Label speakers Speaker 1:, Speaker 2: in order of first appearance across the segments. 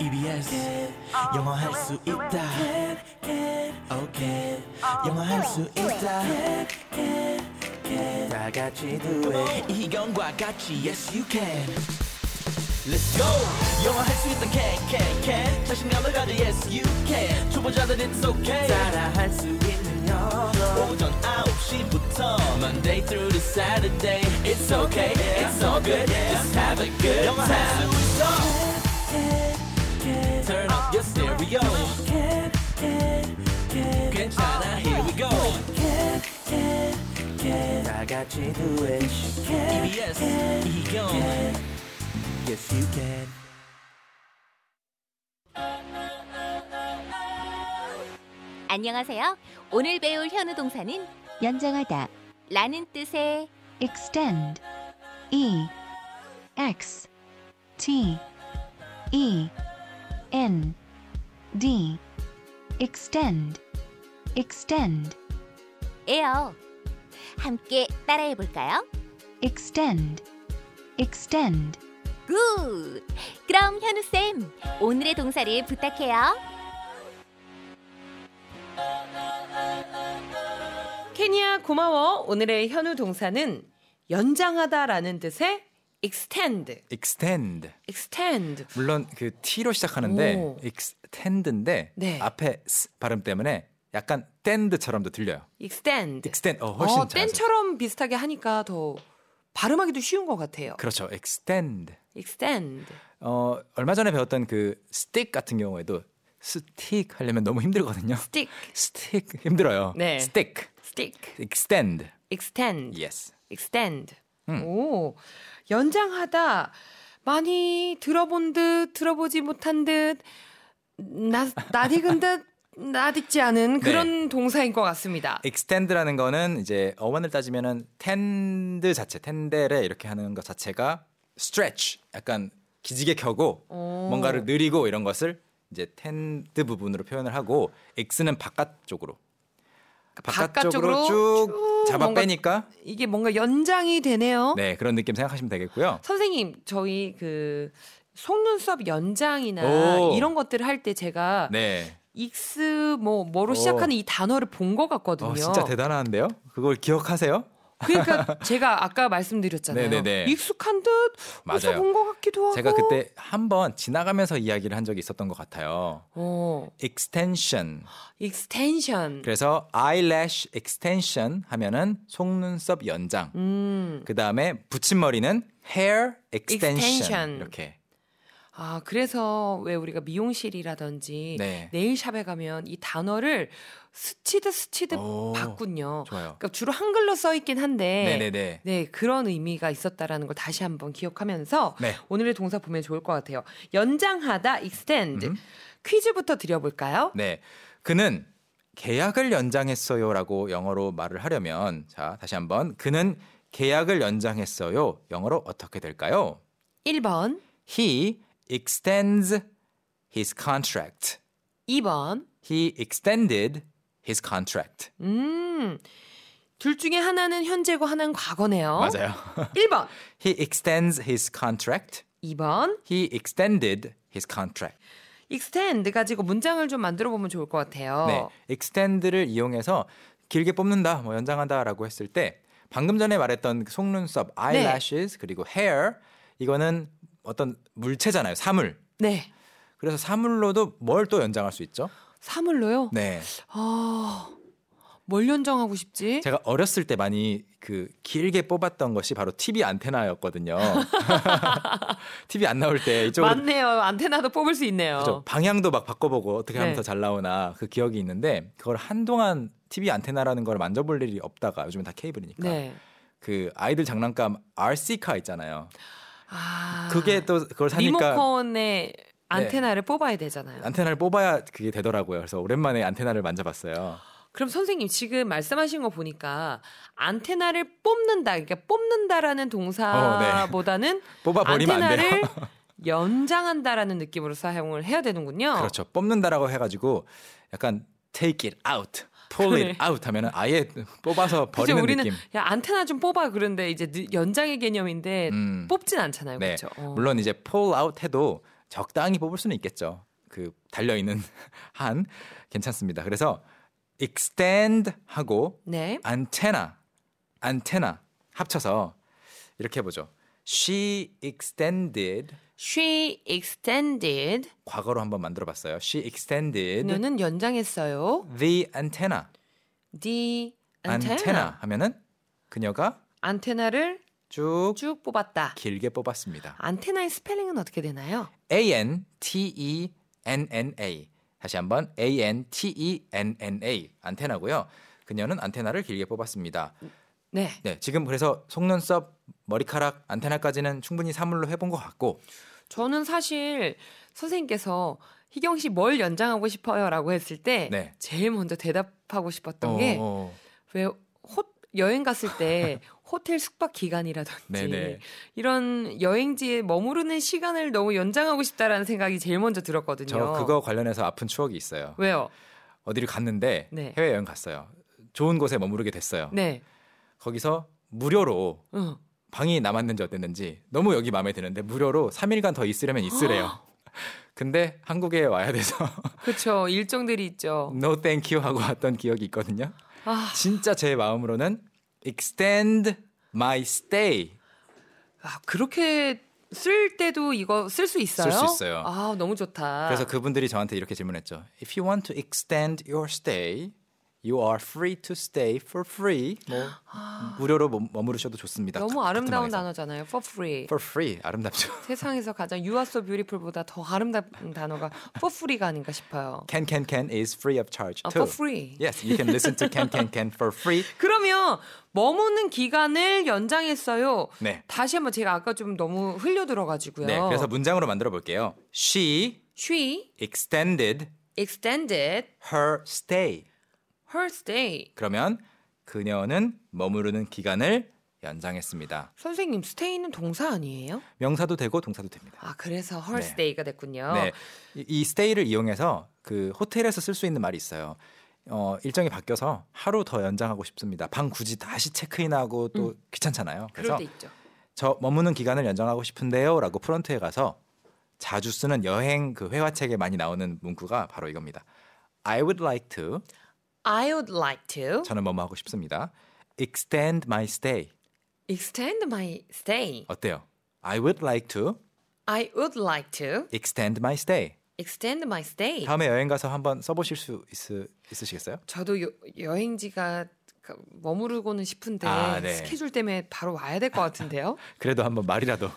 Speaker 1: EBS 영어 할 수 있다 오케이 영어 할 수 있다 다 같이 do it 이희경과 같이 yes you can Let's go 영어 할 수 있다 can can can 자신감을 가져 yes you can 초보자들 it's okay 따라 할 수 있는 영어 오전 9시부터 Monday through to Saturday It's okay it's all good just have a good time 영어 할수 있어 Turn up your stereo. 괜찮아, here we go. 다 같이 do it. EBS, 이경. Yes, you can.
Speaker 2: 안녕하세요. 오늘 배울 현우 동사는
Speaker 3: 연장하다
Speaker 2: 라는 뜻의
Speaker 3: extend e x t e n d extend extend
Speaker 2: 에요. 함께 따라해 볼까요?
Speaker 3: extend extend
Speaker 2: 굿! 그럼 현우쌤, 오늘의 동사를 부탁해요.
Speaker 4: 케냐 고마워. 오늘의 현우 동사는 연장하다라는 뜻의 extend.
Speaker 5: extend
Speaker 4: extend.
Speaker 5: 물론 그 t로 시작하는데
Speaker 4: 오.
Speaker 5: extend인데
Speaker 4: 네.
Speaker 5: 앞에 s 발음 때문에 약간 stand 처럼도 들려요.
Speaker 4: extend.
Speaker 5: extend 어 훨씬
Speaker 4: 어,
Speaker 5: 잘.
Speaker 4: 땐처럼 비슷하게 하니까 더 발음하기도 쉬운 것 같아요.
Speaker 5: 그렇죠. extend
Speaker 4: extend.
Speaker 5: 어 얼마 전에 배웠던 그 stick 같은 경우에도 stick 하려면 너무 힘들거든요.
Speaker 4: stick.
Speaker 5: stick 힘들어요.
Speaker 4: 네.
Speaker 5: stick
Speaker 4: stick.
Speaker 5: extend
Speaker 4: extend.
Speaker 5: yes
Speaker 4: extend.
Speaker 5: 예. 음.
Speaker 4: 오. 연장하다. 많이 들어본 듯 들어보지 못한 듯 나, 낯익은 듯 낯익지
Speaker 5: 네.
Speaker 4: 않은 그런 동사인 것 같습니다.
Speaker 5: extend라는 거는 이제 어원을 따지면은 tend 자체 텐데레 이렇게 하는 것 자체가 stretch 약간 기지개 켜고
Speaker 4: 오.
Speaker 5: 뭔가를 느리고 이런 것을 이제 텐드 부분으로 표현을 하고 x는 바깥쪽으로 그러니까 바깥쪽으로,
Speaker 4: 바깥쪽으로
Speaker 5: 쭉,
Speaker 4: 쭉
Speaker 5: 잡아
Speaker 4: 뭔가-
Speaker 5: 빼니까
Speaker 4: 이게 뭔가 연장이 되네요.
Speaker 5: 네 그런 느낌 생각하시면 되겠고요.
Speaker 4: 선생님, 저희 그 속눈썹 연장이나
Speaker 5: 오.
Speaker 4: 이런 것들을 할 때 제가
Speaker 5: 네,
Speaker 4: 익스 뭐 뭐로
Speaker 5: 오.
Speaker 4: 시작하는 이 단어를 본 것 같거든요.
Speaker 5: 어, 진짜 대단한데요. 그걸 기억하세요?
Speaker 4: 그러니까 제가 아까 말씀드렸잖아요.
Speaker 5: 네네네.
Speaker 4: 익숙한 듯 어디서
Speaker 5: 맞아요.
Speaker 4: 본것 같기도 하고.
Speaker 5: 제가 그때 한번 지나가면서 이야기를 한 적이 있었던 것 같아요.
Speaker 4: 어,
Speaker 5: extension
Speaker 4: 익스텐션.
Speaker 5: 그래서 eyelash extension 하면은 속눈썹 연장.
Speaker 4: 음.
Speaker 5: 그 다음에 붙임머리는 hair extension,
Speaker 4: Extension.
Speaker 5: 이렇게.
Speaker 4: 아, 그래서 왜 우리가 미용실이라든지
Speaker 5: 네.
Speaker 4: 네일샵에 가면 이 단어를 스치듯 스치듯
Speaker 5: 오,
Speaker 4: 봤군요.
Speaker 5: 좋아요.
Speaker 4: 그러니까 주로 한글로 써 있긴 한데
Speaker 5: 네네네.
Speaker 4: 네, 그런 의미가 있었다라는 걸 다시 한번 기억하면서
Speaker 5: 네.
Speaker 4: 오늘의 동사 보면 좋을 것 같아요. 연장하다 extend. 퀴즈부터 드려 볼까요?
Speaker 5: 음. 네. 그는 계약을 연장했어요라고 영어로 말을 하려면 자 다시 한번 그는 계약을 연장했어요 영어로 어떻게 될까요?
Speaker 4: 1번,
Speaker 5: He extends his contract.
Speaker 4: 2번.
Speaker 5: He extended his contract.
Speaker 4: 음. 둘 중에 하나는 현재고 하나는 과거네요.
Speaker 5: 맞아요.
Speaker 4: 1번,
Speaker 5: He extends his contract.
Speaker 4: 2번.
Speaker 5: He extended his contract.
Speaker 4: extend 가지고 문장을 좀 만들어 보면 좋을 것 같아요.
Speaker 5: 네, extend를 이용해서 길게 뽑는다, 뭐 연장한다라고 했을 때 방금 전에 말했던 그
Speaker 4: 네.
Speaker 5: 속눈썹, eyelashes 그리고 hair 이거는 어떤 물체잖아요, 사물.
Speaker 4: 네.
Speaker 5: 그래서 사물로도 뭘 또 연장할 수 있죠?
Speaker 4: 사물로요?
Speaker 5: 네,
Speaker 4: 아, 뭘 연장하고 싶지?
Speaker 5: 제가 어렸을 때 많이 그 길게 뽑았던 것이 바로 TV 안테나였거든요. TV 안 나올 때 이쪽으로
Speaker 4: 맞네요. 안테나도 뽑을 수 있네요.
Speaker 5: 그죠. 방향도 막 바꿔보고 어떻게 하면
Speaker 4: 네.
Speaker 5: 더 잘 나오나 그 기억이 있는데 그걸 한동안 TV 안테나라는 걸 만져볼 일이 없다가 요즘은 다 케이블이니까
Speaker 4: 네.
Speaker 5: 그 아이들 장난감 RC카 있잖아요.
Speaker 4: 아,
Speaker 5: 그게 또 그걸 사니까 네.
Speaker 4: 리모컨의 안테나를 뽑아야 되잖아요.
Speaker 5: 안테나를 뽑아야 그게 되더라고요. 그래서 오랜만에 안테나를 만져봤어요.
Speaker 4: 그럼 선생님 지금 말씀하신 거 보니까 안테나를 뽑는다, 그러니까 뽑는다라는 동사보다는
Speaker 5: 어, 네. 뽑아버리면 안 돼요.
Speaker 4: 안테나를 연장한다라는 느낌으로 사용을 해야 되는군요.
Speaker 5: 그렇죠. 뽑는다라고 해가지고 약간 take it out, pull it out 하면은 아예 뽑아서
Speaker 4: 그죠?
Speaker 5: 버리는
Speaker 4: 우리는
Speaker 5: 느낌.
Speaker 4: 야 안테나 좀 뽑아 그런데 이제 느- 연장의 개념인데
Speaker 5: 음.
Speaker 4: 뽑진 않잖아요.
Speaker 5: 네.
Speaker 4: 그렇죠. 어.
Speaker 5: 물론 이제 pull out 해도 적당히 뽑을 수는 있겠죠. 그 달려 있는 한 괜찮습니다. 그래서 extend 하고
Speaker 4: 네.
Speaker 5: 안테나 안테나 합쳐서 이렇게 해 보죠. She extended
Speaker 4: She extended.
Speaker 5: 과거로 한번 만들어 봤어요. She extended
Speaker 4: 그녀는 연장했어요.
Speaker 5: the antenna.
Speaker 4: The
Speaker 5: antenna
Speaker 4: antenna.
Speaker 5: 하면은 그녀가
Speaker 4: 안테나를
Speaker 5: 쭉
Speaker 4: 쭉 뽑았다.
Speaker 5: 길게 뽑았습니다.
Speaker 4: 안테나의 스펠링은 어떻게 되나요?
Speaker 5: A N T E N N A 다시 한번 A N T E N N A 안테나고요. 그녀는 안테나를 길게 뽑았습니다.
Speaker 4: 네.
Speaker 5: 네, 지금 그래서 속눈썹, 머리카락, 안테나까지는 충분히 사물로 해본 것 같고
Speaker 4: 저는 사실 선생님께서 희경 씨 뭘 연장하고 싶어요라고 했을 때
Speaker 5: 네.
Speaker 4: 제일 먼저 대답하고 싶었던
Speaker 5: 어,
Speaker 4: 게
Speaker 5: 어,
Speaker 4: 왜 호, 여행 갔을 때 호텔 숙박 기간이라든지
Speaker 5: 네네.
Speaker 4: 이런 여행지에 머무르는 시간을 너무 연장하고 싶다라는 생각이 제일 먼저 들었거든요.
Speaker 5: 저 그거 관련해서 아픈 추억이 있어요.
Speaker 4: 왜요?
Speaker 5: 어디를 갔는데
Speaker 4: 네.
Speaker 5: 해외 여행 갔어요. 좋은 곳에 머무르게 됐어요.
Speaker 4: 네.
Speaker 5: 거기서 무료로
Speaker 4: 응.
Speaker 5: 방이 남았는지 어땠는지 너무 여기 마음에 드는데 무료로 3일간 더 있으려면 있으래요. 근데 한국에 와야 돼서
Speaker 4: 그렇죠. 일정들이 있죠.
Speaker 5: no thank you 하고 왔던 기억이 있거든요.
Speaker 4: 아,
Speaker 5: 진짜 제 마음으로는 extend my stay.
Speaker 4: 아, 그렇게 쓸 때도 이거 쓸 수 있어요?
Speaker 5: 쓸수 있어요.
Speaker 4: 아, 너무 좋다.
Speaker 5: 그래서 그분들이 저한테 이렇게 질문했죠. If you want to extend your stay, you are free to stay for free. 뭐 무료로 머- 머무르셔도 좋습니다.
Speaker 4: 아. 너무
Speaker 5: 같은
Speaker 4: 아름다운
Speaker 5: 방에서.
Speaker 4: 단어잖아요. For free.
Speaker 5: For free 아름답죠.
Speaker 4: 세상에서 가장 You are so beautiful보다 더 아름다운 단어가 for free가 아닌가 싶어요.
Speaker 5: Can can can is free of charge
Speaker 4: 아,
Speaker 5: too.
Speaker 4: for free.
Speaker 5: Yes, you can listen to can can can for free.
Speaker 4: 그러면 머무는 기간을 연장했어요.
Speaker 5: 네.
Speaker 4: 다시 한번 제가 아까 좀 너무 흘려 들어가지고요.
Speaker 5: 네, 그래서 문장으로 만들어 볼게요. She
Speaker 4: she
Speaker 5: extended
Speaker 4: extended
Speaker 5: her stay.
Speaker 4: her stay.
Speaker 5: 그러면 그녀는 머무르는 기간을 연장했습니다.
Speaker 4: 선생님, stay는 동사 아니에요?
Speaker 5: 명사도 되고 동사도 됩니다.
Speaker 4: 아, 그래서 her
Speaker 5: 네.
Speaker 4: stay가 됐군요.
Speaker 5: 네, 이- 이 스테이를 이용해서 그 호텔에서 쓸 수 있는 말이 있어요. 어, 일정이 바뀌어서 하루 더 연장하고 싶습니다. 방 굳이 다시 체크인하고 또 귀찮잖아요.
Speaker 4: 음. 그럴
Speaker 5: 그래서
Speaker 4: 때 있죠.
Speaker 5: 저 머무는 기간을 연장하고 싶은데요라고 프런트에 가서 자주 쓰는 여행 그 회화책에 많이 나오는 문구가 바로 이겁니다. I would like to
Speaker 4: I would like to
Speaker 5: 저는 뭐뭐 하고 싶습니다. extend my stay.
Speaker 4: extend my stay.
Speaker 5: 어때요? I would like to
Speaker 4: I would like to
Speaker 5: extend my stay.
Speaker 4: extend my stay.
Speaker 5: 다음에 여행 가서 한번 써보실 수 있으, 있으시겠어요?
Speaker 4: 저도 여, 여행지가 가- 머무르고는 싶은데
Speaker 5: 아, 네.
Speaker 4: 스케줄 때문에 바로 와야 될 것 같은데요.
Speaker 5: 그래도 한번 말이라도.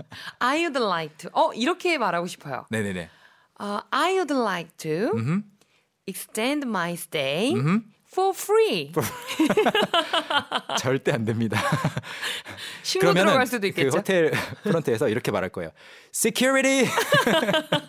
Speaker 4: I would like to. 어 이렇게 말하고 싶어요.
Speaker 5: 네네네.
Speaker 4: 어, I would like to extend my stay for free.
Speaker 5: 절대 안 됩니다.
Speaker 4: 신고
Speaker 5: 그러면은
Speaker 4: 들어갈 수도
Speaker 5: 그
Speaker 4: 있겠죠.
Speaker 5: 호텔 프런트에서 이렇게 말할 거예요. Security.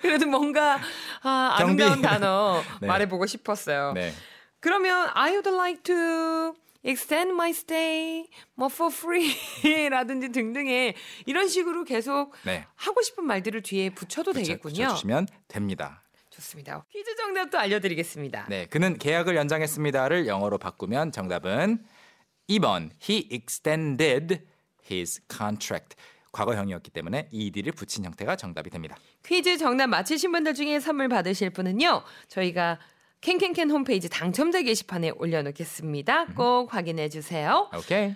Speaker 4: 그래도 뭔가 아,
Speaker 5: 경비.
Speaker 4: 아름다운 단어
Speaker 5: 네.
Speaker 4: 말해보고 싶었어요.
Speaker 5: 네.
Speaker 4: 그러면 I would like to extend my stay 뭐 for free라든지 등등의 이런 식으로 계속
Speaker 5: 네.
Speaker 4: 하고 싶은 말들을 뒤에 붙여도 되겠군요.
Speaker 5: 주시면 됩니다.
Speaker 4: 좋습니다. 퀴즈 정답도 알려드리겠습니다.
Speaker 5: 네, 그는 계약을 연장했습니다를 영어로 바꾸면 정답은 2번 He extended his contract. 과거형이었기 때문에 ed를 붙인 형태가 정답이 됩니다.
Speaker 4: 퀴즈 정답 맞히신 분들 중에 선물 받으실 분은요. 저희가
Speaker 5: 음.
Speaker 4: 캔캔캔 홈페이지 당첨자 게시판에 올려놓겠습니다. 꼭 확인해 주세요.
Speaker 5: 오케이.